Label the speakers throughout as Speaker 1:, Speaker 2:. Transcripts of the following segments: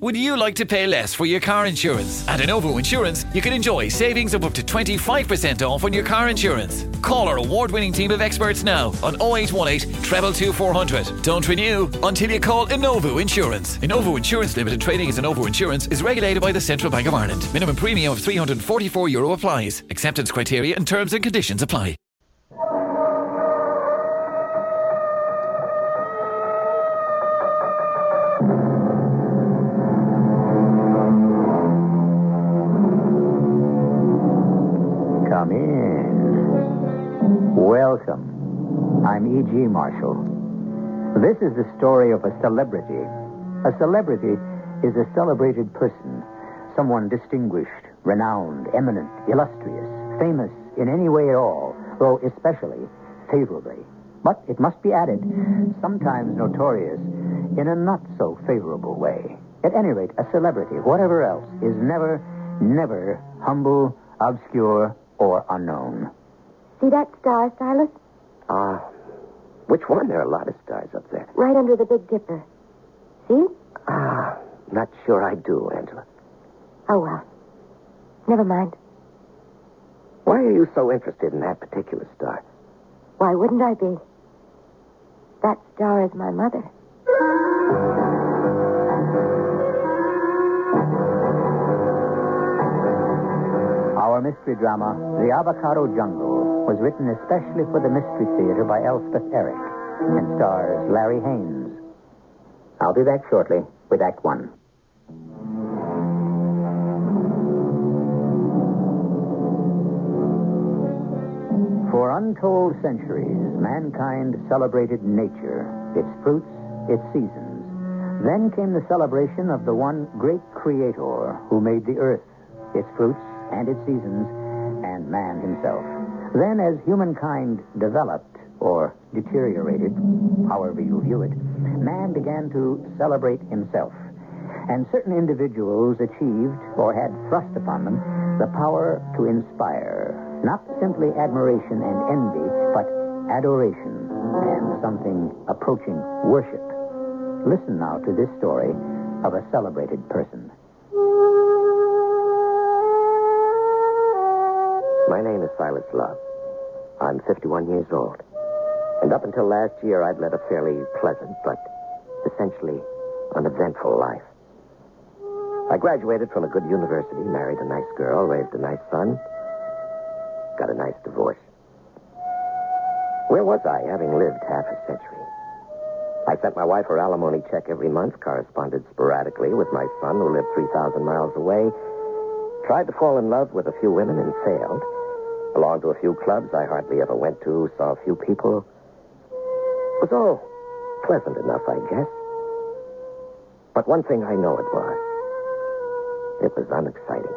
Speaker 1: Would you like to pay less for your car insurance? At Innovo Insurance, you can enjoy savings of up to 25% off on your car insurance. Call our award winning team of experts now on 0818 222 400. Don't renew until you call Innovo Insurance. Innovo Insurance Limited trading as Innovo Insurance is regulated by the Central Bank of Ireland. Minimum premium of €344 Euro applies. Acceptance criteria and terms and conditions apply.
Speaker 2: Come in. Welcome. I'm E.G. Marshall. This is the story of a celebrity. A celebrity is a celebrated person, someone distinguished, renowned, eminent, illustrious, famous in any way at all, though especially favorably. But it must be added, sometimes notorious in a not so favorable way. At any rate, a celebrity, whatever else, is never, never humble, obscure, or unknown.
Speaker 3: See that star, Silas?
Speaker 4: Ah, which one? There are a lot of stars up there.
Speaker 3: Right under the Big Dipper. See?
Speaker 4: Ah, not sure I do, Angela.
Speaker 3: Oh, well. Never mind.
Speaker 4: Why are you so interested in that particular star?
Speaker 3: Why wouldn't I be? That star is my mother.
Speaker 2: Our mystery drama, The Avocado Jungle, was written especially for the Mystery Theater by Elspeth Eric and stars Larry Haynes. I'll be back shortly with Act One. For untold centuries, mankind celebrated nature, its fruits, its seasons. Then came the celebration of the one great creator who made the earth, its fruits, and its seasons, and man himself. Then, as humankind developed or deteriorated, however you view it, man began to celebrate himself. And certain individuals achieved or had thrust upon them the power to inspire not simply admiration and envy, but adoration and something approaching worship. Listen now to this story of a celebrated person.
Speaker 4: My name is Silas Love. I'm 51 years old. And up until last year, I'd led a fairly pleasant but essentially uneventful life. I graduated from a good university, married a nice girl, raised a nice son, got a nice divorce. Where was I, having lived half a century? I sent my wife her alimony check every month, corresponded sporadically with my son, who lived 3,000 miles away, tried to fall in love with a few women and failed. Belonged to a few clubs I hardly ever went to, saw a few people. It was all pleasant enough, I guess. But one thing I know it was it was unexciting.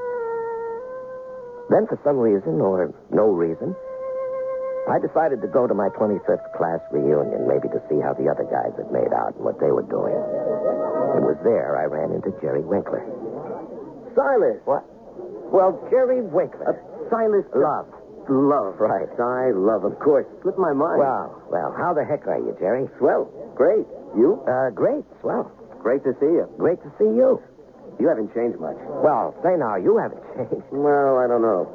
Speaker 4: Then, for some reason, or no reason, I decided to go to my 25th class reunion, maybe to see how the other guys had made out and what they were doing. It was there I ran into Jerry Winkler. Silas! What? Well, Jerry Winkler. Silas Love. Love, right. I love, of course. With my mind. Well, well, how the heck are you, Jerry? Swell. Great. You? Uh, great. Swell. Great to see you. Great to see you. You haven't changed much. Well, say now, you haven't changed. Well, I don't know.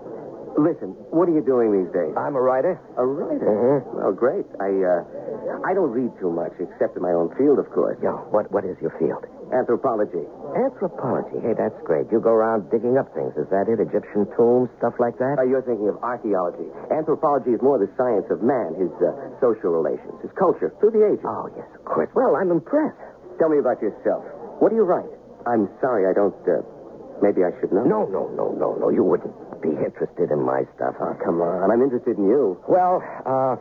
Speaker 4: Listen, what are you doing these days? I'm a writer. A writer? Uh-huh. Well, great. I, uh, I don't read too much, except in my own field, of course. Yeah, what, what is your field? Anthropology. Anthropology? Hey, that's great. You go around digging up things. Is that it? Egyptian tombs, stuff like that? Oh, you're thinking of archaeology. Anthropology is more the science of man, his uh, social relations, his culture, through the ages. Oh, yes, of course. Well, I'm impressed. Tell me about yourself. What do you write? I'm sorry, I don't. Uh, maybe I should know. No, no, no, no, no. You wouldn't be interested in my stuff. Oh, come on. I'm interested in you. Well, uh,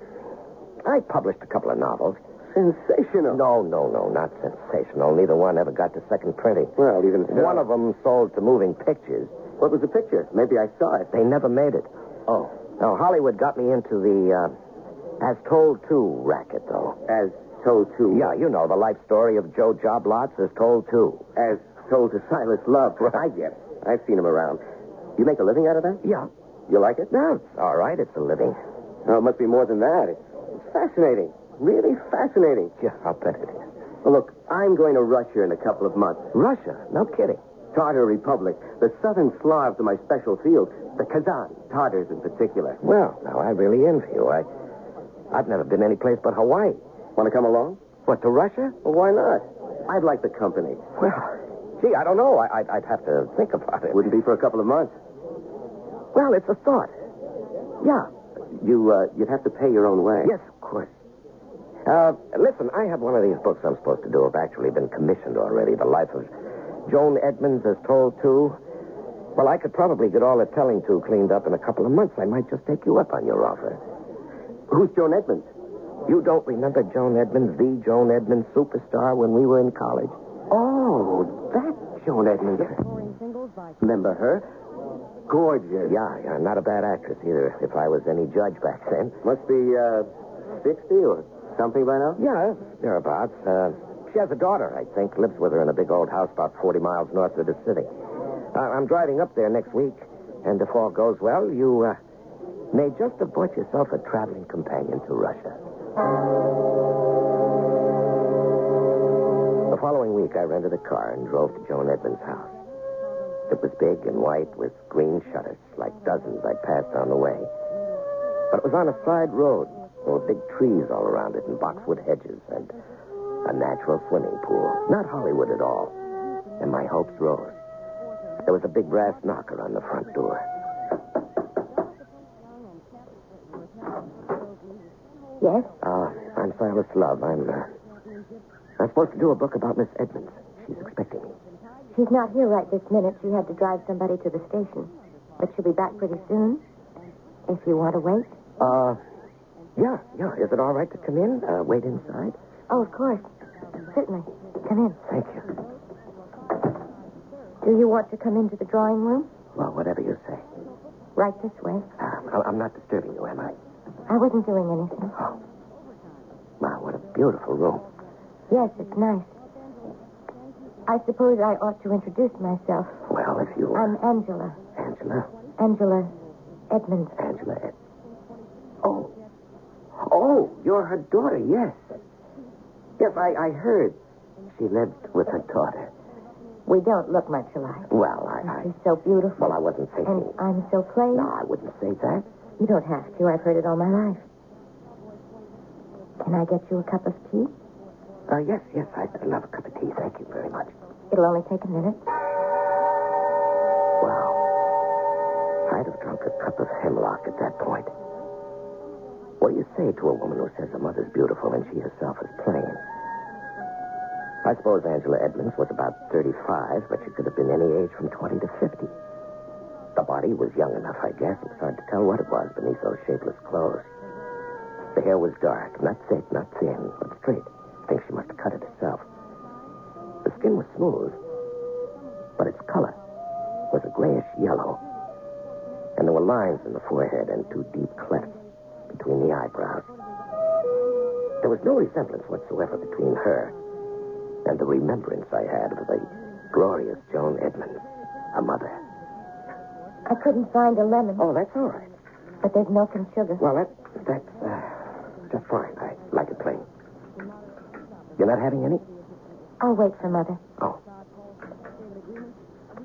Speaker 4: I published a couple of novels. Sensational. No, no, no, not sensational. Neither one ever got to second printing. Well, even so. One of them sold to moving pictures. What was the picture? Maybe I saw it. They never made it. Oh. No, Hollywood got me into the uh, As Told Too racket, though. As Told Too? Yeah, you know, the life story of Joe Job Lots As Told Too. As Told to Silas Love. I get it. I've seen him around. You make a living out of that? Yeah. You like it? Oh, No, it's all right. It's a living. No, it must be more than that. It's, it's fascinating. Really fascinating. Yeah, I'll bet it is. Well, look, I'm going to Russia in a couple of months. Russia? No kidding. Tartar Republic, the southern Slavs are my special field, the Kazan, Tartars in particular. Well, now I really envy you. I, I've never been any place but Hawaii. Want to come along? What, to Russia? Well, why not? I'd like the company. Well, gee, I don't know. I, I'd, I'd have to think about it. Wouldn't be for a couple of months. Well, it's a thought. Yeah. You, uh, you'd have to pay your own way. Yes, of course. Uh, listen, I have one of these books I'm supposed to do. I've actually been commissioned already. The life of Joan Edmonds as told to. Well, I could probably get all the telling to cleaned up in a couple of months. I might just take you up on your offer. Who's Joan Edmonds? You don't remember Joan Edmonds, the Joan Edmonds superstar when we were in college? Oh, that Joan Edmonds. Remember her? Gorgeous. Yeah, yeah, not a bad actress either, if I was any judge back then. Must be, uh, 60 or something by now? Yeah, thereabouts. Uh, she has a daughter, I think, lives with her in a big old house about 40 miles north of the city. Uh, I'm driving up there next week, and if all goes well, you, uh, may just have bought yourself a traveling companion to Russia. The following week, I rented a car and drove to Joan Edmonds' house. It was big and white with green shutters, like dozens I passed on the way. But it was on a side road. There were big trees all around it and boxwood hedges and a natural swimming pool. Not Hollywood at all. And my hopes rose. There was a big brass knocker on the front door.
Speaker 3: Yes?
Speaker 4: Uh, I'm Silas Love. I'm, uh, I'm supposed to do a book about Miss Edmonds. She's expecting me.
Speaker 3: She's not here right this minute. She had to drive somebody to the station. But she'll be back pretty soon. If you want to wait.
Speaker 4: Uh, yeah, yeah. Is it all right to come in? Uh, wait inside?
Speaker 3: Oh, of course. Certainly. Come in.
Speaker 4: Thank you.
Speaker 3: Do you want to come into the drawing room?
Speaker 4: Well, whatever you say.
Speaker 3: Right this way.
Speaker 4: Uh, I- I'm not disturbing you, am I?
Speaker 3: I wasn't doing anything.
Speaker 4: Oh. Wow, what a beautiful room.
Speaker 3: Yes, it's nice. I suppose I ought to introduce myself.
Speaker 4: Well, if you...
Speaker 3: I'm Angela.
Speaker 4: Angela.
Speaker 3: Angela Edmonds.
Speaker 4: Angela. Ed- Oh. Oh, you're her daughter, yes. Yes, I, I heard. She lived with her daughter.
Speaker 3: We don't look much alike.
Speaker 4: Well, I... I
Speaker 3: She's so beautiful.
Speaker 4: well, I wasn't
Speaker 3: And
Speaker 4: thinking...
Speaker 3: I'm so plain.
Speaker 4: No, I wouldn't say that.
Speaker 3: You don't have to. I've heard it all my life. Can I get you a cup of tea?
Speaker 4: Uh, yes, yes, I'd love a cup of tea. Thank you very much.
Speaker 3: It'll only take a minute.
Speaker 4: Wow. I'd have drunk a cup of hemlock at that point. What do you say to a woman who says her mother's beautiful and she herself is plain? I suppose Angela Edmonds was about 35, but she could have been any age from 20 to 50. The body was young enough, I guess. It was hard to tell what it was beneath those shapeless clothes. The hair was dark, not thick, not thin, but straight. I think she must have cut it herself. The skin was smooth, but its color was a grayish yellow. And there were lines in the forehead and two deep clefts between the eyebrows. There was no resemblance whatsoever between her and the remembrance I had of the glorious Joan Edmonds, a mother.
Speaker 3: I couldn't find a lemon,
Speaker 4: Oh, that's all right.
Speaker 3: but there's milk and sugar.
Speaker 4: Well, that, that's uh, just fine. I like it plain. You're not having any?
Speaker 3: I'll wait for Mother.
Speaker 4: Oh.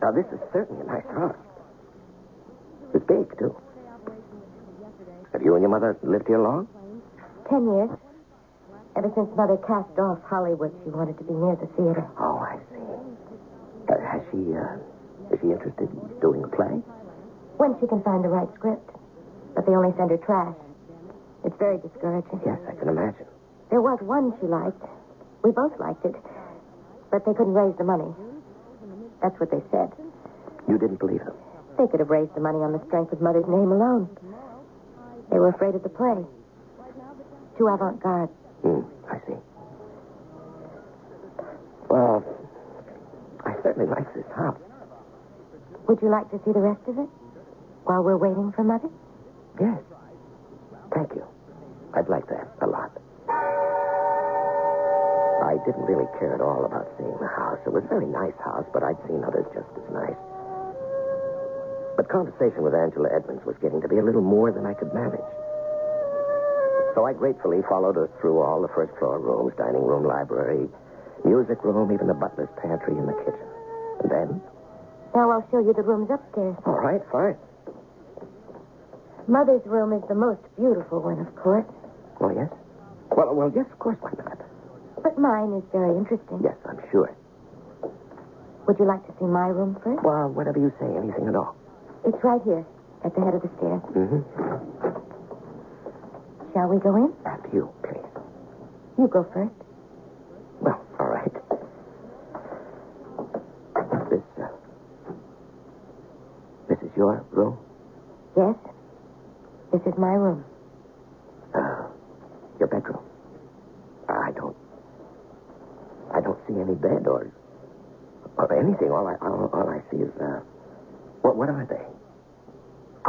Speaker 4: Now, this is certainly a nice house. It's big, too. Have you and your mother lived here long?
Speaker 3: Ten years. Ever since Mother cast off Hollywood, she wanted to be near the theater.
Speaker 4: Oh, I see. Uh, has she, uh, is she interested in doing a play?
Speaker 3: When she can find the right script. But they only send her trash. It's very discouraging.
Speaker 4: Yes, I can imagine.
Speaker 3: There was one she liked. We both liked it. But they couldn't raise the money. That's what they said.
Speaker 4: You didn't believe them.
Speaker 3: They could have raised the money on the strength of Mother's name alone. They were afraid of the play. Too avant garde.
Speaker 4: Hmm, I see. Well, I certainly like this house.
Speaker 3: Would you like to see the rest of it? While we're waiting for Mother?
Speaker 4: Yes. Thank you. I'd like that a lot. I didn't really care at all about seeing the house. It was a very nice house, but I'd seen others just as nice. But conversation with Angela Edmonds was getting to be a little more than I could manage. So I gratefully followed her through all the first floor rooms, dining room, library,
Speaker 5: Music room, even the butler's pantry and the kitchen. And then?
Speaker 3: Now I'll show you the rooms upstairs.
Speaker 5: All right, fine.
Speaker 3: Mother's room is the most beautiful one, of course.
Speaker 5: Oh, yes? Well, well, yes, of course, why not?
Speaker 3: But mine is very interesting.
Speaker 5: Yes, I'm sure.
Speaker 3: Would you like to see my room first?
Speaker 5: Well, whatever you say, anything at all.
Speaker 3: It's right here, at the head of the stairs.
Speaker 5: Mm-hmm.
Speaker 3: Shall we go in?
Speaker 5: After you, please.
Speaker 3: You go first.
Speaker 5: Well, all right. This, uh, this is your room?
Speaker 3: Yes? This is my room.
Speaker 5: Uh, your bedroom? I don't... I don't see any bed or... or anything. All I, all, all I see is, uh... What, what are they?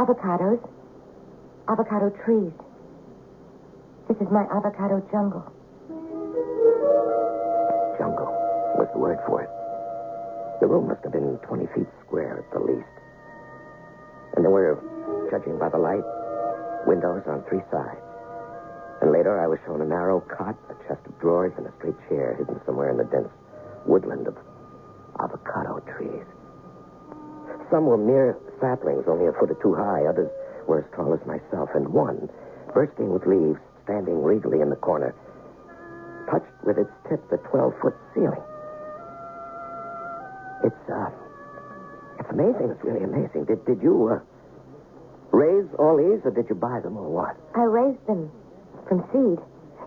Speaker 3: Avocados. Avocado trees. This is my avocado jungle.
Speaker 5: Jungle was the word for it. The room must have been 20 feet square at the least. And there were, judging by the light, windows on three sides. And later I was shown a narrow cot, a chest of drawers, and a straight chair hidden somewhere in the dense woodland of avocado trees. Some were mere saplings, only a foot or two high. Others were as tall as myself, and one, bursting with leaves, standing regally in the corner, touched with its tip the 12-foot ceiling. It's, uh, it's amazing. It's really amazing. Did, did you, uh, raise all these, or did you buy them, or what?
Speaker 3: I raised them from seed.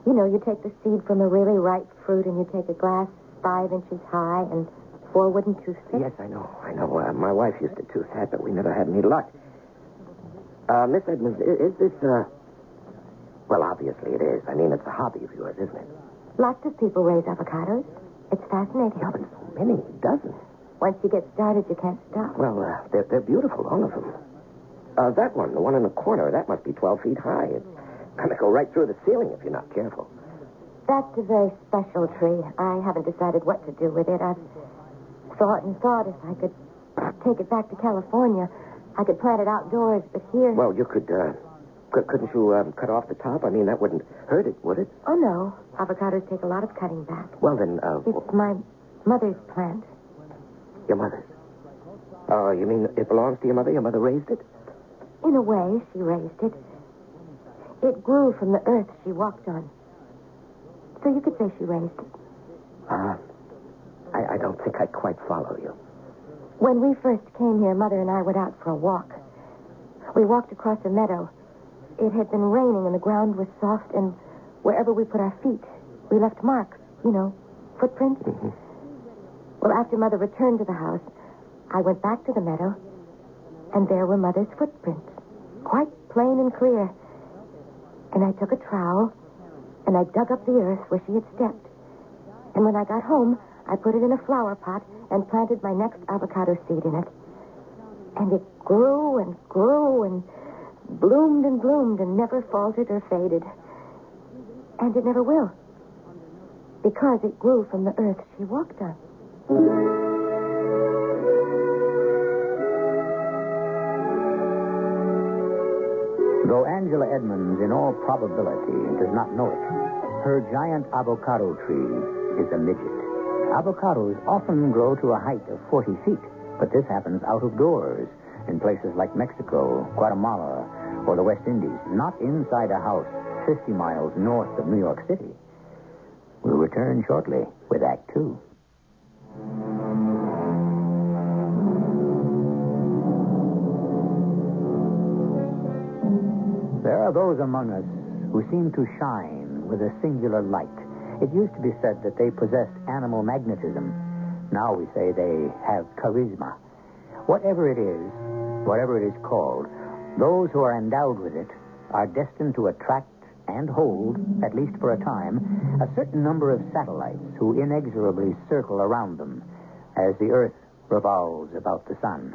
Speaker 3: You know, you take the seed from a really ripe fruit and you take a glass five inches high and four wooden toothpicks.
Speaker 5: Yes, I know. I know. Uh, my wife used to choose that, but we never had any luck. Uh, Miss Edmonds, is, is this, uh... Well, obviously it is. I mean, it's a hobby of yours, isn't it?
Speaker 3: Lots of people raise avocados. It's fascinating.
Speaker 5: Yeah, but so many dozens.
Speaker 3: Once you get started, you can't stop.
Speaker 5: Well, uh, they're, they're beautiful, all of them. Uh, that one, the one in the corner, that must be 12 feet high. It's going to go right through the ceiling if you're not careful.
Speaker 3: That's a very special tree. I haven't decided what to do with it. I've thought and thought if I could take it back to California, I could plant it outdoors, but here.
Speaker 5: Well, you could, uh... cou- Couldn't you um, cut off the top? I mean, that wouldn't hurt it, would it?
Speaker 3: Oh, no. Avocados take a lot of cutting back.
Speaker 5: Well, then, uh,
Speaker 3: It's my mother's plant.
Speaker 5: your mother's. Oh, you mean it belongs to your mother? Your mother raised it?
Speaker 3: In a way, she raised it. It grew from the earth she walked on. So you could say she raised it.
Speaker 5: Uh, I, I don't think I quite follow you.
Speaker 3: When we first came here, Mother and I went out for a walk. We walked across a meadow. It had been raining and the ground was soft, and wherever we put our feet, we left marks, you know, footprints. Well, after Mother returned to the house, I went back to the meadow, and there were Mother's footprints, quite plain and clear. And I took a trowel, and I dug up the earth where she had stepped. And when I got home, I put it in a flower pot and planted my next avocado seed in it. And it grew and grew and bloomed and bloomed and never faltered or faded. And it never will. Because it grew from the earth she walked on.
Speaker 4: Though Angela Edmonds, in all probability, does not know it, her giant avocado tree is a midget. Avocados often grow to a height of 40 feet, but this happens out of doors, in places like Mexico, Guatemala, or the West Indies, not inside a house 50 miles north of New York City. We'll return shortly with Act Two. There are those among us who seem to shine with a singular light. It used to be said that they possessed animal magnetism. Now we say they have charisma. Whatever it is, whatever it is called, those who are endowed with it are destined to attract and hold, at least for a time, a certain number of satellites who inexorably circle around them as the Earth revolves about the sun.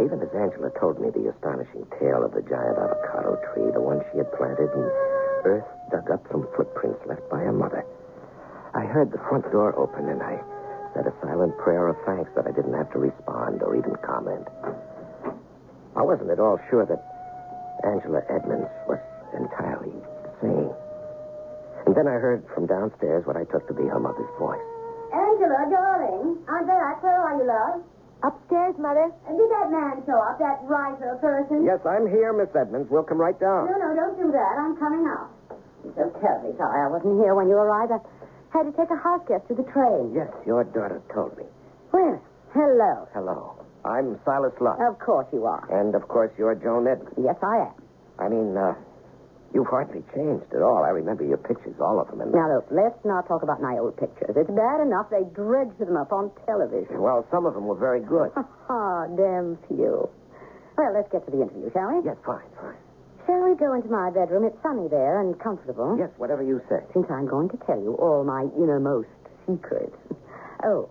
Speaker 5: Even as Angela told me the astonishing tale of the giant avocado tree, the one she had planted, and Earth dug up from footprints left by her mother, I heard the front door open and I said a silent prayer of thanks that I didn't have to respond or even comment. I wasn't at all sure that Angela Edmonds was entirely sane. And then I heard from downstairs what I took to be her mother's voice.
Speaker 6: Angela, darling. Aunt Verrat, where are you, love?
Speaker 3: Upstairs, Mother.
Speaker 6: And did that man show up, that writer person?
Speaker 5: Yes, I'm here, Miss Edmonds. We'll come right down.
Speaker 6: No, no, don't do that. I'm coming out.
Speaker 7: I'm so terribly sorry I wasn't here when you arrived. I had to take a house guest to the train.
Speaker 5: Yes, your daughter told me.
Speaker 7: Well, hello.
Speaker 5: Hello. I'm Silas Lott.
Speaker 7: Of course you are.
Speaker 5: And, of course, you're Joan Edmonds.
Speaker 7: Oh. Yes, I am.
Speaker 5: I mean, uh, you've hardly changed at all. I remember your pictures, all of them. And,
Speaker 7: Now, look, let's not talk about my old pictures. It's bad enough they dredge them up on television.
Speaker 5: well, some of them were very good.
Speaker 7: Ah, damn few. Well, let's get to the interview, shall we?
Speaker 5: yes, fine, fine.
Speaker 7: Shall we go into my bedroom? It's sunny there and comfortable.
Speaker 5: Yes, whatever you say.
Speaker 7: Since I'm going to tell you all my innermost secrets. Oh,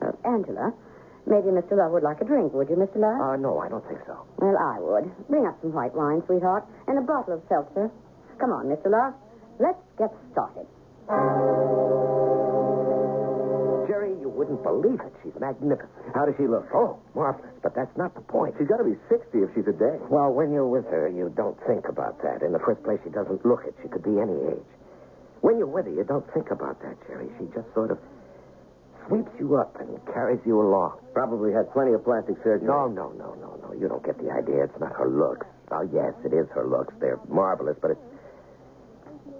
Speaker 7: uh, Angela, maybe Mr. Love would like a drink, would you, Mr. Love?
Speaker 5: Uh, no, I don't think so.
Speaker 7: Well, I would. Bring up some white wine, sweetheart, and a bottle of seltzer. Come on, Mr. Love. Let's get started.
Speaker 5: Jerry, you wouldn't believe it. She's magnificent. How does she look? Oh, marvelous. But that's not the point.
Speaker 8: She's got to be 60 if she's a day.
Speaker 5: Well, when you're with her, you don't think about that. In the first place, she doesn't look it. She could be any age. When you're with her, you don't think about that, Jerry. She just sort of sweeps you up and carries you along.
Speaker 8: Probably had plenty of plastic surgery.
Speaker 5: No, no, no, no, no. You don't get the idea. It's not her looks. Oh, yes, it is her looks. They're marvelous, but it's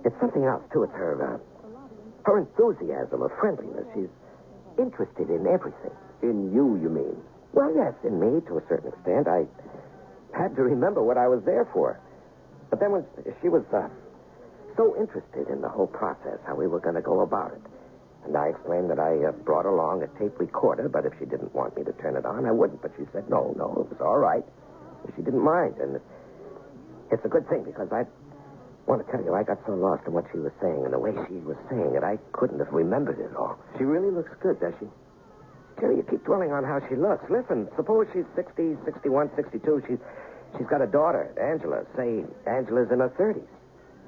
Speaker 5: it's something else too. It's her uh, her enthusiasm, her friendliness. She's interested in everything.
Speaker 8: In you, you mean.
Speaker 5: Well, yes, in me to a certain extent. I had to remember what I was there for. But then when she was uh, so interested in the whole process, how we were going to go about it. And I explained that I uh, brought along a tape recorder, but if she didn't want me to turn it on, I wouldn't. But she said, no, no, it was all right. She didn't mind. And it- it's a good thing because I want to tell you, I got so lost in what she was saying and the way she was saying it, I couldn't have remembered it all.
Speaker 8: She really looks good, does she?
Speaker 5: Jerry, you keep dwelling on how she looks. Listen, suppose she's 60, 61, 62. She's, she's got a daughter, Angela. Say, Angela's in her 30s.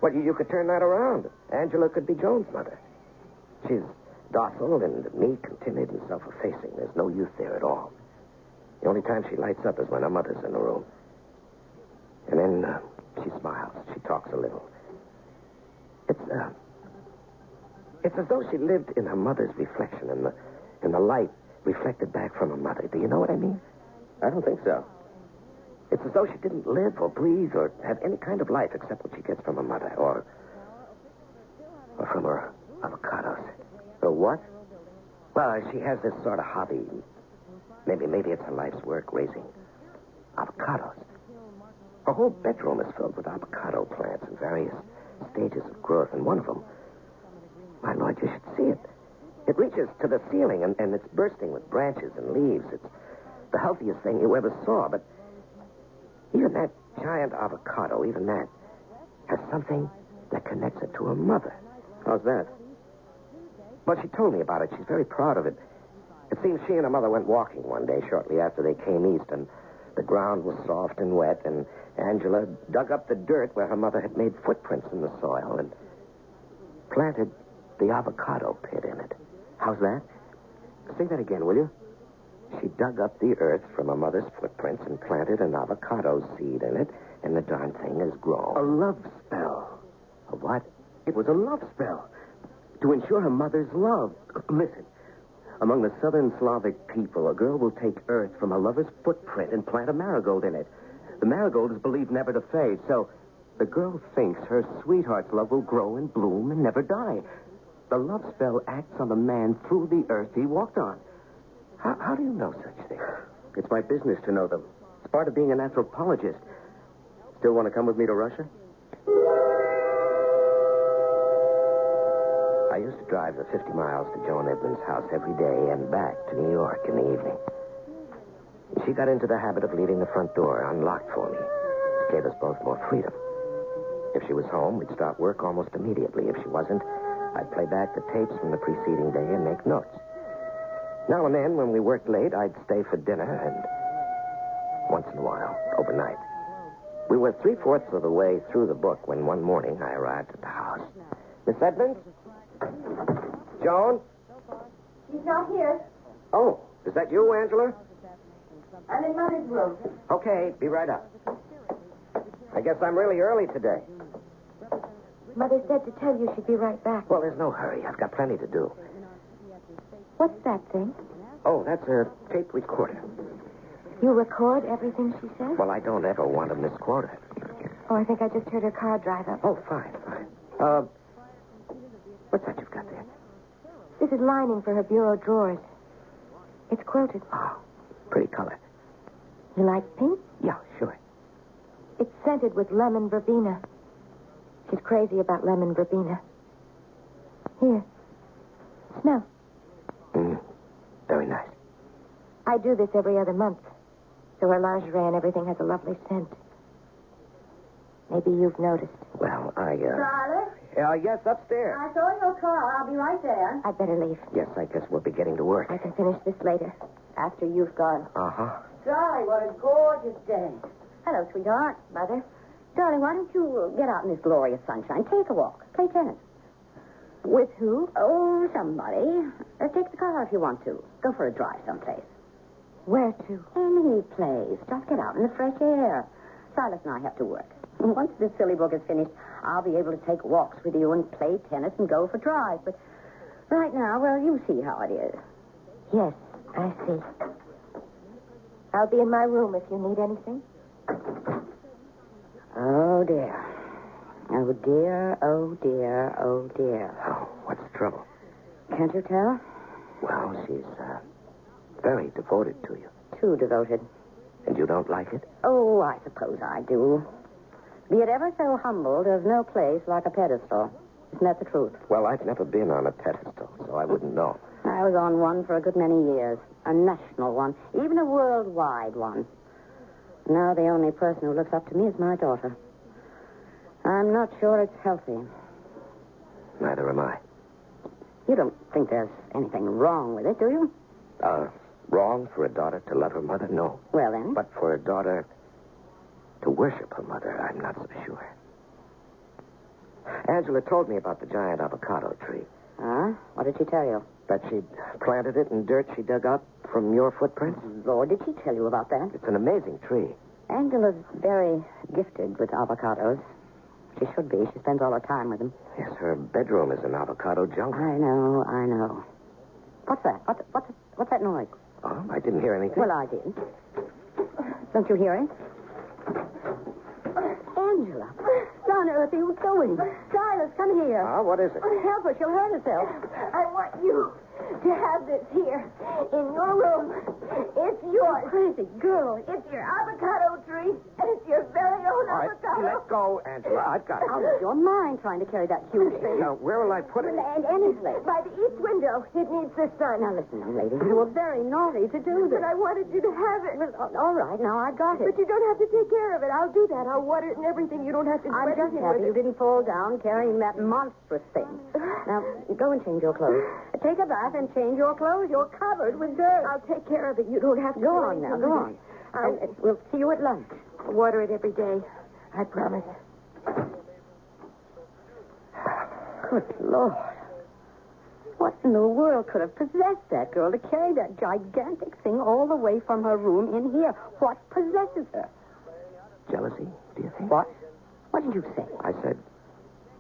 Speaker 5: Well, you, you could turn that around. Angela could be Joan's mother. She's docile and meek and timid and self effacing. There's no youth there at all. The only time she lights up is when her mother's in the room. And then uh, she smiles. She talks a little. It's, uh, it's as though she lived in her mother's reflection, in the, in the light reflected back from her mother. Do you know what I mean?
Speaker 8: I don't think so.
Speaker 5: It's as though she didn't live or breathe or have any kind of life except what she gets from her mother or, or from her avocados.
Speaker 8: So what?
Speaker 5: Well, she has this sort of hobby. Maybe, maybe it's her life's work raising avocados. Her whole bedroom is filled with avocado plants in various stages of growth, and one of them, my lord, you should see it. It reaches to the ceiling, and, and it's bursting with branches and leaves. It's the healthiest thing you ever saw, but even that giant avocado, even that, has something that connects it to her mother.
Speaker 8: How's that?
Speaker 5: Well, she told me about it. She's very proud of it. It seems she and her mother went walking one day shortly after they came east, and the ground was soft and wet, and Angela dug up the dirt where her mother had made footprints in the soil and planted the avocado pit in it.
Speaker 8: How's that? Say that again, will you?
Speaker 5: She dug up the earth from her mother's footprints and planted an avocado seed in it, and the darn thing has grown.
Speaker 8: A love spell.
Speaker 5: A what?
Speaker 8: It was a love spell to ensure her mother's love. Listen. Among the southern Slavic people, a girl will take earth from her lover's footprint and plant a marigold in it. The marigold is believed never to fade, so the girl thinks her sweetheart's love will grow and bloom and never die. The love spell acts on the man through the earth he walked on.
Speaker 5: How, how do you know such things?
Speaker 8: It's my business to know them. It's part of being an anthropologist. Still want to come with me to Russia?
Speaker 5: I used to drive the 50 miles to Joan Edmonds' house every day and back to New York in the evening. She got into the habit of leaving the front door unlocked for me. It gave us both more freedom. If she was home, we'd start work almost immediately. If she wasn't, I'd play back the tapes from the preceding day and make notes. Now and then, when we worked late, I'd stay for dinner and once in a while, overnight. We were three fourths of the way through the book when one morning I arrived at the house. Miss Edmonds? Joan?
Speaker 6: He's not here.
Speaker 5: Oh, is that you, Angela?
Speaker 6: I'm in Mother's room.
Speaker 5: Okay, be right up. I guess I'm really early today.
Speaker 3: Mother said to tell you she'd be right back.
Speaker 5: Well, there's no hurry. I've got plenty to do.
Speaker 3: What's that thing?
Speaker 5: Oh, that's a tape recorder.
Speaker 3: You record everything she says?
Speaker 5: Well, I don't ever want to misquote it.
Speaker 3: Oh, I think I just heard her car drive up.
Speaker 5: Oh, fine, fine. Uh, what's that you've got there?
Speaker 3: This is lining for her bureau drawers. It's quilted.
Speaker 5: Oh, pretty color.
Speaker 3: You like pink?
Speaker 5: Yeah, sure.
Speaker 3: It's scented with lemon verbena. She's crazy about lemon verbena. Here. Smell.
Speaker 5: Mm, very nice.
Speaker 3: I do this every other month. So her lingerie and everything has a lovely scent. Maybe you've noticed.
Speaker 5: Well, I, uh...
Speaker 6: Riley,
Speaker 5: Uh, yes, upstairs.
Speaker 6: I saw your car. I'll be right there.
Speaker 3: I'd better leave.
Speaker 5: Yes, I guess we'll be getting to work.
Speaker 3: I can finish this later. After you've gone.
Speaker 5: Uh-huh.
Speaker 6: Golly, what a gorgeous day.
Speaker 7: Hello, sweetheart.
Speaker 3: Mother?
Speaker 7: Darling, why don't you uh, get out in this glorious sunshine? Take a walk. Play tennis.
Speaker 3: With who?
Speaker 7: Oh, somebody. Uh, take the car if you want to. Go for a drive someplace.
Speaker 3: Where to?
Speaker 7: Any place. Just get out in the fresh air. Silas and I have to work. Once this silly book is finished, I'll be able to take walks with you and play tennis and go for drives. But right now, well, you see how it is.
Speaker 3: Yes, I see. I'll be in my room if you need anything.
Speaker 7: Oh, dear. Oh, dear, oh, dear, oh, dear.
Speaker 5: Oh, what's the trouble?
Speaker 7: Can't you tell?
Speaker 5: Well, she's, uh, very devoted to you.
Speaker 7: Too devoted.
Speaker 5: And you don't like it?
Speaker 7: Oh, I suppose I do. Be it ever so humble, there's no place like a pedestal. Isn't that the truth?
Speaker 5: Well, I've never been on a pedestal, so I wouldn't know.
Speaker 7: I was on one for a good many years. A national one, even a worldwide one. Now the only person who looks up to me is my daughter. I'm not sure it's healthy.
Speaker 5: Neither am I.
Speaker 7: You don't think there's anything wrong with it, do you?
Speaker 5: Uh, wrong for a daughter to love her mother? No.
Speaker 7: Well, then.
Speaker 5: But for a daughter to worship her mother, I'm not so sure. Angela told me about the giant avocado tree.
Speaker 7: Huh? What did she tell you?
Speaker 5: That she planted it in dirt she dug up from your footprints.
Speaker 7: Lord, did she tell you about that?
Speaker 5: It's an amazing tree.
Speaker 7: Angela's very gifted with avocados. She should be. She spends all her time with them.
Speaker 5: Yes, her bedroom is an avocado jungle.
Speaker 7: I know, I know. What's that? What, what, what's that noise?
Speaker 5: Oh, I didn't hear anything.
Speaker 7: Well, I did. Don't you hear it? Angela, what on earth are you doing? Silas, come here.
Speaker 5: Ah, what is it?
Speaker 7: Help her. She'll hurt herself.
Speaker 6: I want you to have this here in your room. It's yours.
Speaker 7: Crazy girl.
Speaker 6: It's your avocado tree, and it's your very own
Speaker 5: All right,
Speaker 6: avocado.
Speaker 5: let go, Angela. I've got
Speaker 7: Out
Speaker 5: it.
Speaker 7: of your mind trying to carry that huge thing.
Speaker 5: Now, where will I put it?
Speaker 6: And any place. By the east window. It needs the sun.
Speaker 7: Now, listen, young lady. You were very naughty to do this.
Speaker 6: But I wanted you to have it.
Speaker 7: Well, all- all right, now I got it.
Speaker 6: But you don't have to take care of it. I'll do that. I'll water it and everything. You don't have to do
Speaker 7: I'm just
Speaker 6: anything
Speaker 7: happy you
Speaker 6: with it.
Speaker 7: didn't fall down carrying that monstrous thing. Now, go and change your clothes. Take a bath and change your clothes. You're covered with dirt.
Speaker 6: I'll take care of it. You don't have to.
Speaker 7: Go
Speaker 6: do
Speaker 7: on now,
Speaker 6: anything
Speaker 7: go
Speaker 6: with
Speaker 7: on.
Speaker 6: it.
Speaker 7: And,
Speaker 6: I'll
Speaker 7: uh, we'll see you at lunch.
Speaker 6: water it every day. I promise.
Speaker 7: Good Lord. What in the world could have possessed that girl to carry that gigantic thing all the way from her room in here? What possesses her?
Speaker 5: Jealousy, do you think?
Speaker 7: What? What did you say?
Speaker 5: I said,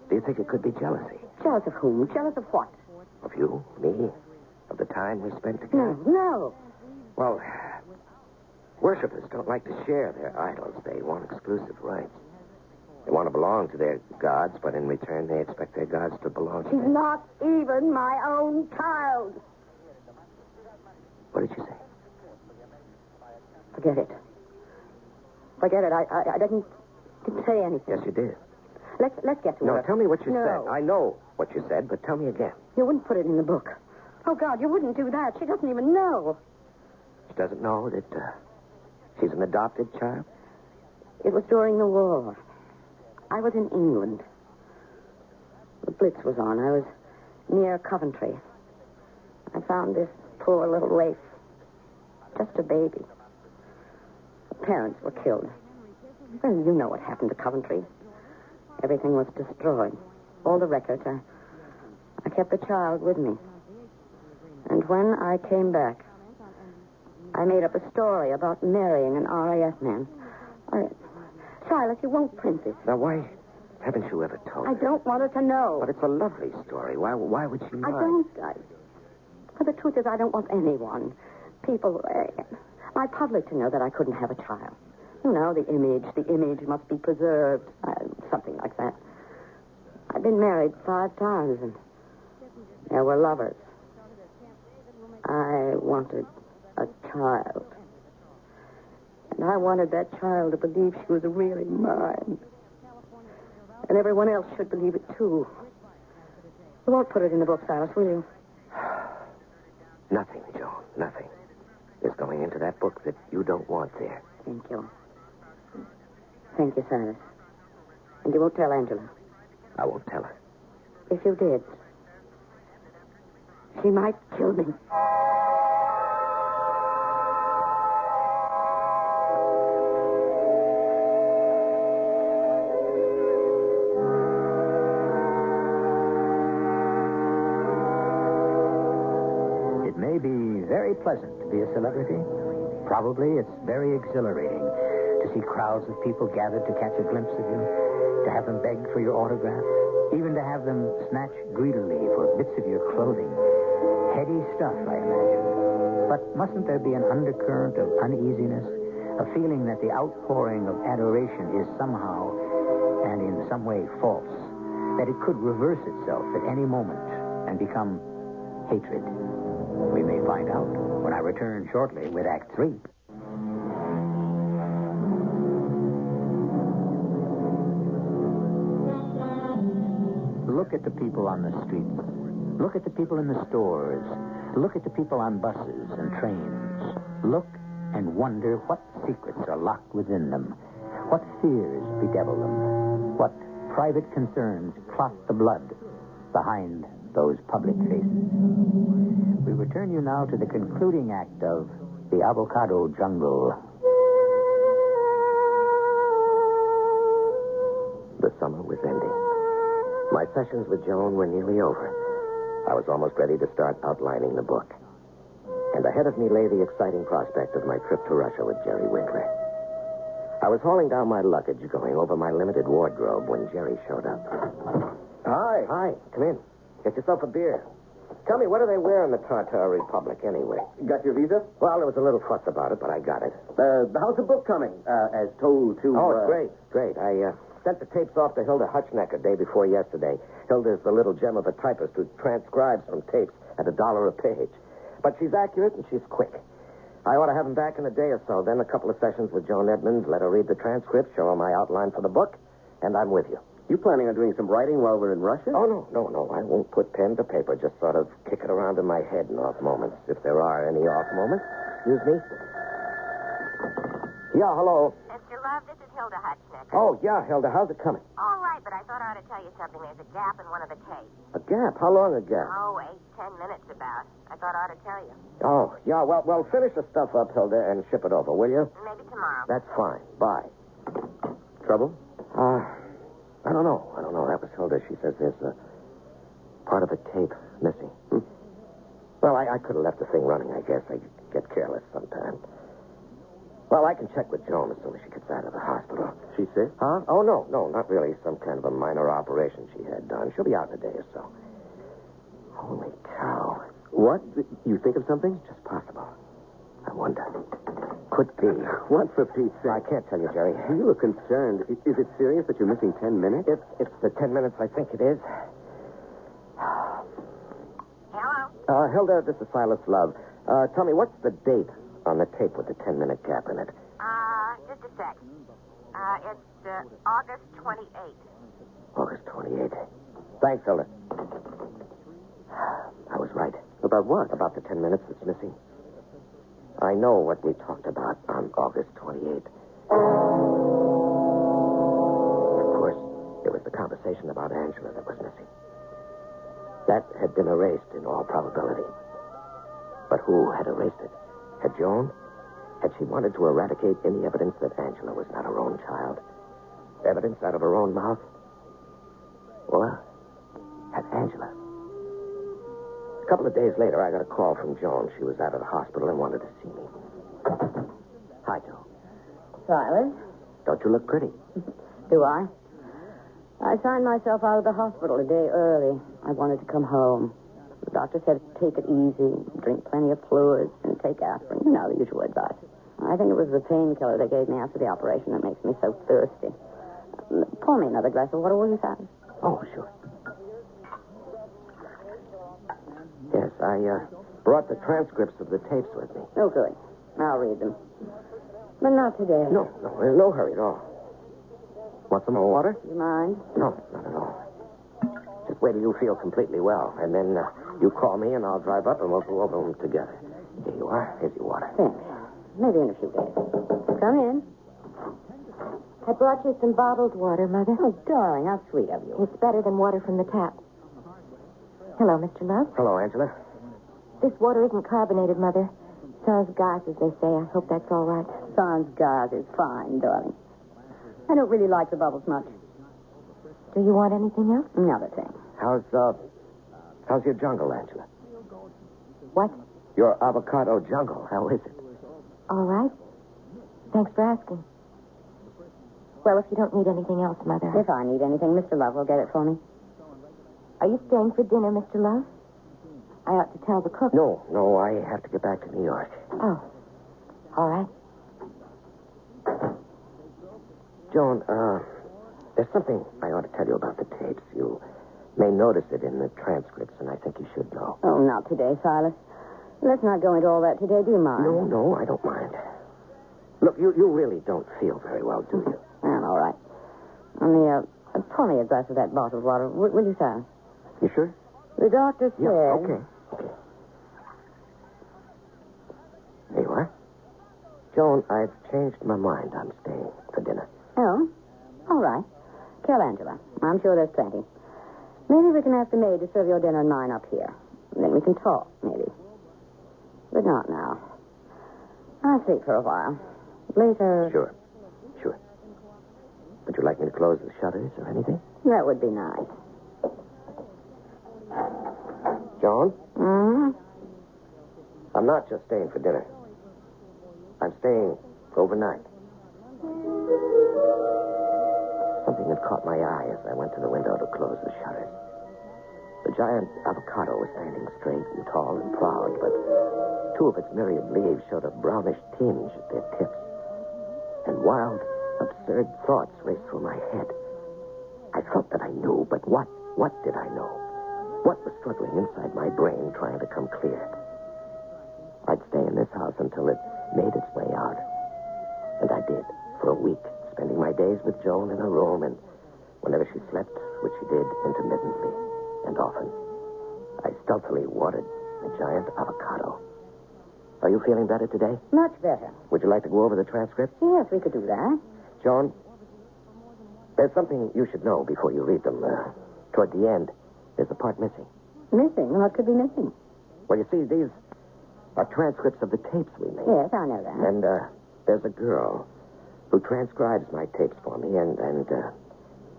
Speaker 5: do you think it could be jealousy?
Speaker 7: Jealous of whom? Jealous of what?
Speaker 5: Of you, me, of the time we spent together?
Speaker 7: No, no.
Speaker 5: Well, worshippers don't like to share their idols. They want exclusive rights. They want to belong to their gods, but in return they expect their gods to belong to
Speaker 7: She's
Speaker 5: them.
Speaker 7: not even my own child.
Speaker 5: What did you say?
Speaker 7: Forget it. Forget it. I, I, I didn't, didn't say anything.
Speaker 5: Yes, you did.
Speaker 7: Let's, let's get to
Speaker 5: No,
Speaker 7: work.
Speaker 5: tell me what you
Speaker 7: No.
Speaker 5: said. I know what you said, but tell me again.
Speaker 7: You wouldn't put it in the book. Oh, God, you wouldn't do that. She doesn't even know.
Speaker 5: She doesn't know that uh, she's an adopted child?
Speaker 7: It was during the war. I was in England. The Blitz was on. I was near Coventry. I found this poor little waif, just a baby. The parents were killed. Well, you know what happened to Coventry. Everything was destroyed. All the records. I, I kept the child with me. And when I came back, I made up a story about marrying an RAF man. I... Silas, you won't print this.
Speaker 5: Now, why Haven't you ever told
Speaker 7: I
Speaker 5: her?
Speaker 7: don't want her to know.
Speaker 5: But it's a lovely story. Why, why would she
Speaker 7: I
Speaker 5: lie?
Speaker 7: don't. I, but the truth is, I don't want anyone, people, uh, my public to know that I couldn't have a child. You know, the image, the image must be preserved, uh, something like that. I've been married five times, and there were lovers. I wanted a child. And I wanted that child to believe she was really mine. And everyone else should believe it, too. You won't put it in the book, Silas, will you?
Speaker 5: Nothing, Joan. Nothing. Is going into that book that you don't want there.
Speaker 7: Thank you. Thank you, Silas. And you won't tell Angela.
Speaker 5: I won't tell her.
Speaker 7: If you did, she might kill me.
Speaker 4: It may be very pleasant to be a celebrity. Probably it's very exhilarating to see crowds of people gathered to catch a glimpse of you, to have them beg for your autograph, even to have them snatch greedily for bits of your clothing. Heady stuff, I imagine. But mustn't there be an undercurrent of uneasiness, a feeling that the outpouring of adoration is somehow and in some way false, that it could reverse itself at any moment and become hatred? We may find out when I return shortly with Act Three. Look at the people on the street. Look at the people in the stores. Look at the people on buses and trains. Look and wonder what secrets are locked within them, what fears bedevil them, what private concerns clot the blood behind those public faces. We return you now to the concluding act of The Avocado Jungle.
Speaker 5: The summer was ending. My sessions with Joan were nearly over. I was almost ready to start outlining the book. And ahead of me lay the exciting prospect of my trip to Russia with Jerry Winkler. I was hauling down my luggage going over my limited wardrobe when Jerry showed up. Hi. Hi. Come in. Get yourself a beer. Tell me, what do they wear in the Tartar Republic anyway?
Speaker 8: Got your visa?
Speaker 5: Well, there was a little fuss about it, but I got it.
Speaker 8: Uh, how's the book coming? Uh, as told to.
Speaker 5: Oh,
Speaker 8: uh,
Speaker 5: it's great, great. I uh, sent the tapes off to Hilda Hutchnecker day before yesterday. Hilda's the little gem of a typist who transcribes from tapes at a dollar a page. But she's accurate and she's quick. I ought to have them back in a day or so. Then a couple of sessions with Joan Edmonds, let her read the transcript, show her my outline for the book, and I'm with you.
Speaker 8: You planning on doing some writing while we're in Russia?
Speaker 5: Oh, no, no, no. I won't put pen to paper. Just sort of kick it around in my head in off moments, if there are any off moments. Excuse me. Yeah, hello.
Speaker 9: Mr. Love, this is Hilda Hutchnick.
Speaker 5: Oh, yeah, Hilda. How's it coming?
Speaker 9: All right, but I thought I ought to tell you something. There's a gap in one of the tapes.
Speaker 5: A gap? How long a gap?
Speaker 9: Oh, eight, ten minutes about. I thought I ought to tell you.
Speaker 5: Oh, yeah. Well, well, finish the stuff up, Hilda, and ship it over, will you?
Speaker 9: Maybe tomorrow.
Speaker 5: That's fine. Bye.
Speaker 8: Trouble?
Speaker 5: Uh, I don't know. I don't know. That was Hilda. She says there's a part of a tape missing. Hmm. Well, I, I could have left the thing running, I guess. I get careless sometimes. Well, I can check with Joan as soon as she gets out of the hospital.
Speaker 8: She's sick?
Speaker 5: Huh? Oh, no, no, not really. Some kind of a minor operation she had done. She'll be out in a day or so. Holy cow.
Speaker 8: What? You think of something?
Speaker 5: Just possible. I wonder. Could be.
Speaker 8: What for Pete's sake?
Speaker 5: I can't tell you, Jerry.
Speaker 8: You look concerned. I- Is it serious that you're missing ten minutes?
Speaker 5: It's, it's the ten minutes I think it is.
Speaker 9: Hello?
Speaker 5: Uh, Hilda, this is Silas Love. Uh, tell me, what's the date on the tape with the ten-minute gap in it?
Speaker 9: Uh, just a sec. Uh, it's uh, August 28th.
Speaker 5: August 28th. Thanks, Hilda. I was right.
Speaker 8: About what?
Speaker 5: About the ten minutes that's missing. I know what we talked about on August 28th. Of course, it was the conversation about Angela that was missing. That had been erased in all probability. But who had erased it? Had Joan? Had she wanted to eradicate any evidence that Angela was not her own child? Evidence out of her own mouth? Or had Angela? A couple of days later, I got a call from Joan. She was out of the hospital and wanted to see me. Hi, Joan.
Speaker 7: Silas,
Speaker 5: Don't you look pretty?
Speaker 7: do I? I signed myself out of the hospital a day early. I wanted to come home. The doctor said, take it easy, drink plenty of fluids, and take aspirin. You know, the usual advice. I think it was the painkiller they gave me after the operation that makes me so thirsty. Um, Pour me another glass of water, will you, Sam?
Speaker 5: Oh, sure. Yes, I uh, brought the transcripts of the tapes with me.
Speaker 7: No good. I'll read them. But not today.
Speaker 5: No, no, there's no hurry at all. Want some more water?
Speaker 7: You mind?
Speaker 5: No, not at all. Just wait till you feel completely well, and then uh, you call me, and I'll drive up, and we'll go over them together. Here you are. Here's your water.
Speaker 7: Thanks. Maybe in a few days. Come in.
Speaker 3: I brought you some bottled water, Mother.
Speaker 7: Oh, darling, how sweet of you.
Speaker 3: It's better than water from the tap. Hello, Mr. Love.
Speaker 5: Hello, Angela.
Speaker 3: This water isn't carbonated, Mother. Sans gas, as they say. I hope that's all right.
Speaker 7: Sans gaz is fine, darling. I don't really like the bubbles much.
Speaker 3: Do you want anything else?
Speaker 7: Another thing.
Speaker 5: How's uh, how's your jungle, Angela?
Speaker 3: What?
Speaker 5: Your avocado jungle. How is it?
Speaker 3: All right. Thanks for asking. Well, if you don't need anything else, Mother.
Speaker 7: If I need anything, Mr. Love will get it for me.
Speaker 3: Are you staying for dinner, Mr. Love? I ought to tell the cook.
Speaker 5: No, no, I have to get back to New York.
Speaker 3: Oh. All right.
Speaker 5: Joan, uh, there's something I ought to tell you about the tapes. You may notice it in the transcripts, and I think you should know.
Speaker 7: Oh, not today, Silas. Let's not go into all that today, do you mind?
Speaker 5: No, no, I don't mind. Look, you, you really don't feel very well, do you?
Speaker 7: Well, all right. Only, uh, pour me a glass of that bottled water, will, will you, Silas?
Speaker 5: You sure?
Speaker 7: The doctor said...
Speaker 5: Yeah, okay. Okay. There you are. Joan, I've changed my mind. I'm staying for dinner.
Speaker 7: Oh? All right. Tell Angela. I'm sure there's plenty. Maybe we can ask the maid to serve your dinner and mine up here. Then we can talk, maybe. But not now. I'll sleep for a while. Later.
Speaker 5: Sure. Sure. Would you like me to close the shutters or anything?
Speaker 7: That would be nice.
Speaker 5: Joan,
Speaker 7: hmm
Speaker 5: I'm not just staying for dinner. I'm staying overnight. Something had caught my eye as I went to the window to close the shutters. The giant avocado was standing straight and tall and proud, but two of its myriad leaves showed a brownish tinge at their tips. And wild, absurd thoughts raced through my head. I felt that I knew, but what? What did I know? What was struggling inside my brain trying to come clear? I'd stay in this house until it made its way out. And I did, for a week, spending my days with Joan in her room, and whenever she slept, which she did intermittently and often, I stealthily watered the giant avocado. Are you feeling better today?
Speaker 7: Much better.
Speaker 5: Would you like to go over the transcript?
Speaker 7: Yes, we could do that.
Speaker 5: Joan, there's something you should know before you read them. Uh, toward the end, there's a part missing.
Speaker 7: Missing? What could be missing?
Speaker 5: Well, you see, these are transcripts of the tapes we made.
Speaker 7: Yes, I know that.
Speaker 5: And uh, there's a girl who transcribes my tapes for me, and, and uh,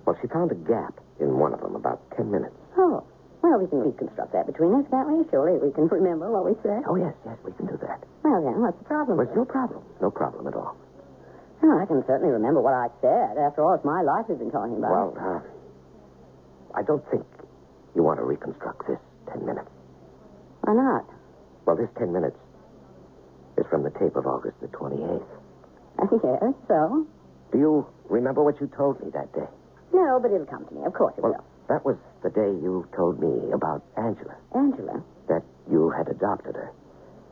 Speaker 5: well, she found a gap in one of them about ten minutes.
Speaker 7: Oh. Well, we can reconstruct that between us, can't we? Surely we can remember what we said.
Speaker 5: Oh, yes, yes, we can do that.
Speaker 7: Well, then, what's the problem?
Speaker 5: Well, it's no problem. No problem at all.
Speaker 7: Oh, I can certainly remember what I said. After all, it's my life we've been talking
Speaker 5: Well,
Speaker 7: about.
Speaker 5: uh, I don't think you want to reconstruct this ten minutes.
Speaker 7: Why not?
Speaker 5: Well, this ten minutes is from the tape of August the 28th.
Speaker 7: yes, so?
Speaker 5: Do you remember what you told me that day?
Speaker 7: No, but it'll come to me. Of course it
Speaker 5: Well, that was the day you told me about Angela,
Speaker 7: will. Angela?
Speaker 5: that you had adopted her,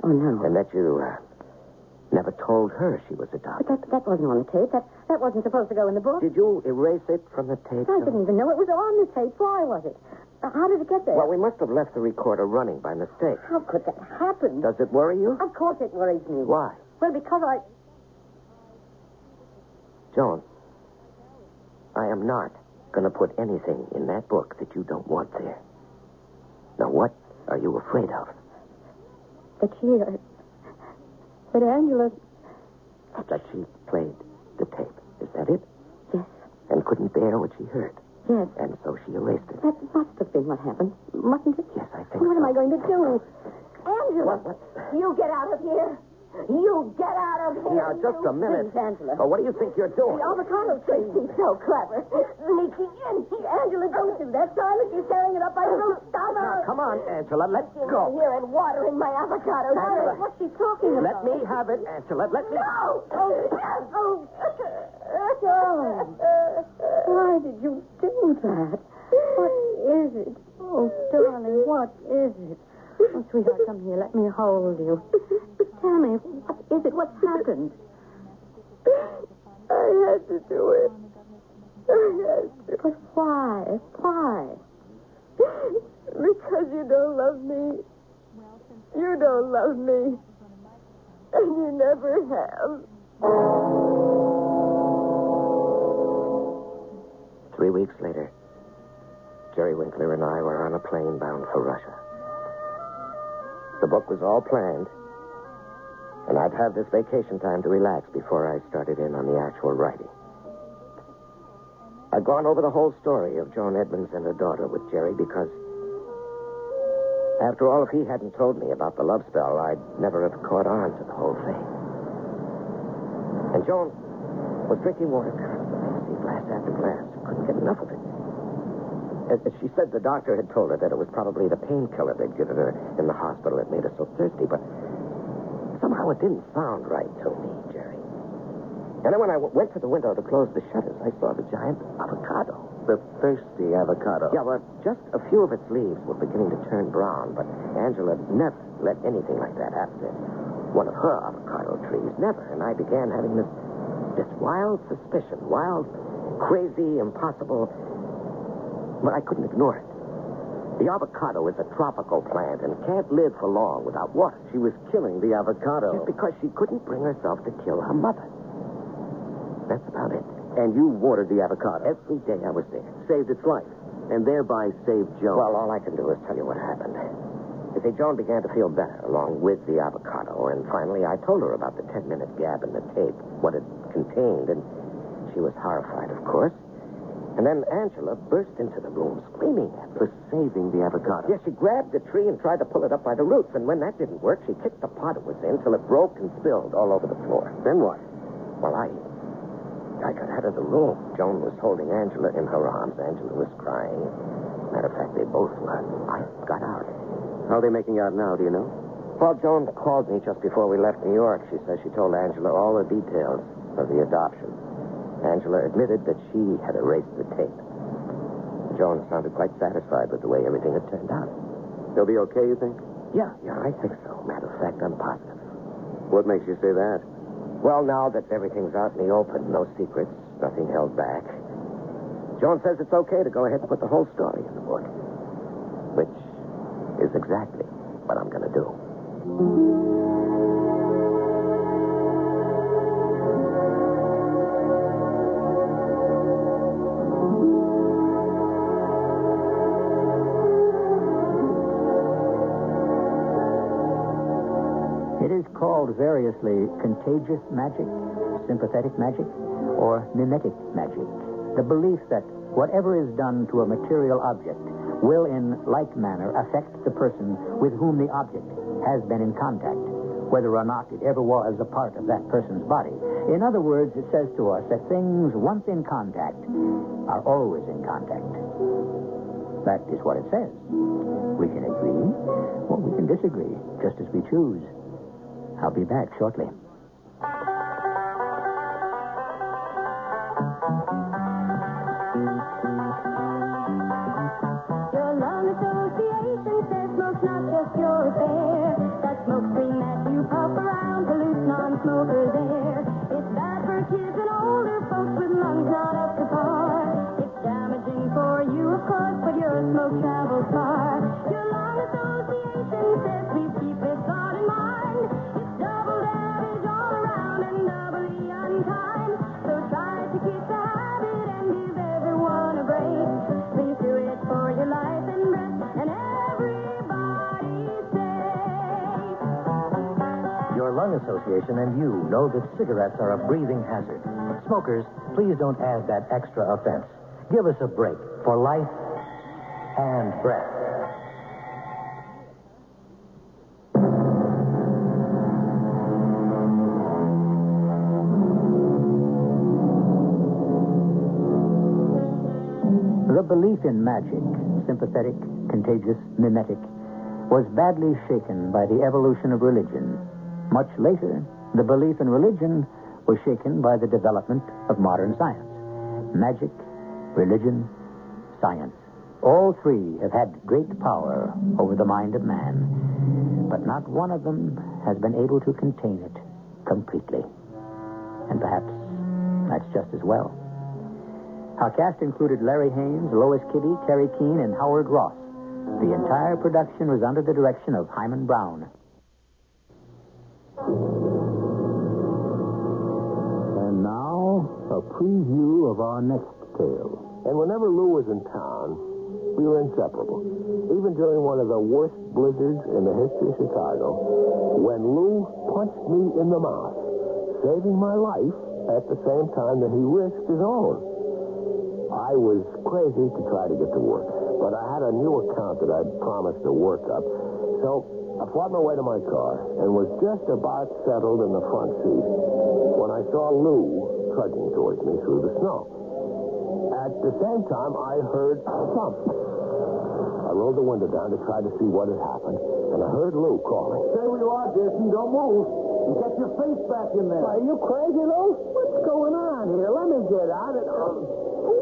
Speaker 7: Oh, no.
Speaker 5: and that you uh, never told her she was
Speaker 7: But
Speaker 5: adopted.
Speaker 7: that, that wasn't on the tape. That, that wasn't supposed to go in the book.
Speaker 5: Did you erase it from the tape?
Speaker 7: I
Speaker 5: Joan?
Speaker 7: didn't even know it was on the tape. Why was it? Uh, How did it get there?
Speaker 5: Well, we must have left the recorder running by mistake.
Speaker 7: How could that happen?
Speaker 5: Does it worry you?
Speaker 7: Of course it worries me.
Speaker 5: Why?
Speaker 7: Well, because I...
Speaker 5: Joan, I am not going to put anything in that book that you don't want there. Now, what are you afraid of?
Speaker 7: But she... uh, But Angela...
Speaker 5: That she played the tape. Is that it?
Speaker 7: Yes,
Speaker 5: And couldn't bear what she heard.
Speaker 7: yes.
Speaker 5: And so she erased it.
Speaker 7: That must have been what happened, mustn't it?
Speaker 5: Yes, I think
Speaker 7: What am
Speaker 5: so.
Speaker 7: I going to do?
Speaker 6: Angela,
Speaker 5: What?
Speaker 6: you get out of here.
Speaker 3: You get out of here.
Speaker 5: Now, just a
Speaker 3: you
Speaker 5: minute.
Speaker 3: thief.
Speaker 10: Angela.
Speaker 5: Oh, what do you think you're doing?
Speaker 3: The avocado tree. He's so clever. Sneaking in. Angela, don't do that. Silas, you're tearing it up. I don't stop her.
Speaker 5: Now, come on, Angela, let
Speaker 3: Sitting
Speaker 5: go.
Speaker 3: here and watering my avocado
Speaker 5: Angela.
Speaker 3: tree. What's she talking about?
Speaker 5: Let me have it, Angela. Let me.
Speaker 3: No! Oh,
Speaker 7: Darling. Why did you do that? What is it? Oh, darling, what is it? Oh, sweetheart, come here. Let me hold you. Tell me, what is it? What's happened?
Speaker 3: I had to do it. I had to.
Speaker 7: But why? Why?
Speaker 3: Because you don't love me. You don't love me. And you never have.
Speaker 5: Three weeks later, Jerry Winkler and I were on a plane bound for Russia. The book was all planned, and I'd have this vacation time to relax before I started in on the actual writing. I'd gone over the whole story of Joan Edmonds and her daughter with Jerry because, after all, if he hadn't told me about the love spell, I'd never have caught on to the whole thing. And Joan was drinking water constantly, glass after glass. Couldn't get enough of it. And She said the doctor had told her that it was probably the painkiller they'd given her in the hospital that made her so thirsty, but somehow it didn't sound right to me, Jerry. And then when I w- went to the window to close the shutters, I saw the giant avocado.
Speaker 11: The thirsty avocado.
Speaker 5: Yeah, well, just a few of its leaves were beginning to turn brown, but Angela never let anything like that happen to one of her avocado trees. Never. And I began having this this wild suspicion, wild, crazy, impossible. But I couldn't ignore it. The avocado is a tropical plant and can't live for long without water.
Speaker 11: She was killing the avocado.
Speaker 5: Just because she couldn't bring herself to kill her mother. That's about it.
Speaker 11: And you watered the avocado.
Speaker 5: Every day I was there.
Speaker 11: saved its life. And thereby saved Joan.
Speaker 5: Well, all I can do is tell you what happened. You see, Joan began to feel better along with the avocado, and finally I told her about the 10 minute gap in the tape, what it contained, and she was horrified, of course. And then Angela burst into the room screaming at me.
Speaker 11: for saving the avocado.
Speaker 5: Yeah, she grabbed the tree and tried to pull it up by the roots, and when that didn't work, she kicked the pot it was in till it broke and spilled all over the floor.
Speaker 11: Then what?
Speaker 5: Well, I. I got out of the room. Joan was holding Angela in her arms. Angela was crying. Matter of fact, they both were. I got out.
Speaker 11: How are they making out now, do you know?
Speaker 5: Well, Joan called me just before we left New York. She says she told Angela all the details of the adoption. Angela admitted that she had erased the tape. Joan sounded quite satisfied with the way everything had turned out.
Speaker 11: They'll be okay, you think?
Speaker 5: Yeah, yeah, I think so. Matter of fact, I'm positive.
Speaker 11: What makes you say that?
Speaker 5: Well, now that everything's out in the open, no secrets, nothing held back. Joan says it's okay to go ahead and put the whole story in the book, which is exactly what I'm going to do.
Speaker 4: It is called variously contagious magic, sympathetic magic, or mimetic magic. The belief that whatever is done to a material object will in like manner affect the person with whom the object has been in contact, whether or not it ever was a part of that person's body. In other words, it says to us that things once in contact are always in contact. That is what it says. We can agree or we can disagree, just as we choose. I'll be back shortly.
Speaker 3: Your lung association says smoke's not just your affair. That smoke-free mat you pop around pollutes non-smokers' air. It's bad for kids and older folks with lungs not up to par. It's damaging for you, of course, but your smoke travels far. Your lung association says please keep this thought in mind. It's double damage all around and doubly unkind. So try to kick the habit and give everyone a break. Please do it for your life and breath and everybody's sake.
Speaker 4: Your Lung Association and you know that cigarettes are a breathing hazard. Smokers, please don't add that extra offense. Give us a break for life and breath. belief in magic, sympathetic, contagious, mimetic, was badly shaken by the evolution of religion. Much later, the belief in religion was shaken by the development of modern science. Magic, religion, science. All three have had great power over the mind of man, but not one of them has been able to contain it completely. And perhaps that's just as well. Our cast included Larry Haynes, Lois Kitty, Terry Keane, and Howard Ross. The entire production was under the direction of Hyman Brown.
Speaker 5: And now, a preview of our next tale. And whenever Lou was in town, we were inseparable. Even during one of the worst blizzards in the history of Chicago, when Lou punched me in the mouth, saving my life at the same time that he risked his own. I was crazy to try to get to work, but I had a new account that I'd promised to work up. So I fought my way to my car and was just about settled in the front seat when I saw Lou trudging towards me through the snow. At the same time, I heard a thump. I rolled the window down to try to see what had happened, and I heard Lou calling. Stay where you are, Jason. Don't move. You get your face back in there. Are you crazy, Lou? What's going on here? Let me get out of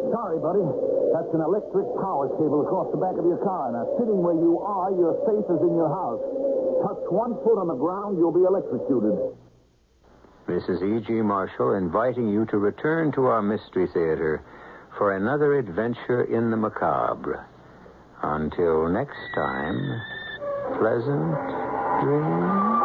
Speaker 5: Sorry, buddy. That's an electric power cable across the back of your car. Now, sitting where you are, your safe is in your house. Touch one foot on the ground, you'll be electrocuted.
Speaker 12: This is E.G. E Marshall inviting you to return to our Mystery Theater for another adventure in the macabre. Until next time, pleasant dreams.